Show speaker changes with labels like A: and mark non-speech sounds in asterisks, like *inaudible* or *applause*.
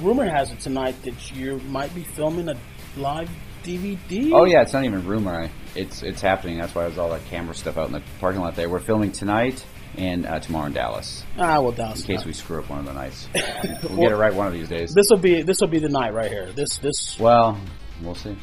A: rumor has it tonight that you might be filming a live DVD.
B: Oh yeah, it's not even rumor. I- It's it's happening. That's why there's all that camera stuff out in the parking lot. There, we're filming tonight and uh, tomorrow in Dallas.
A: Ah, well, Dallas.
B: In case we screw up one of the nights,
A: *laughs*
B: we'll get it right one of these days.
A: This will be this will be the night right here. This this
B: Well, we'll see.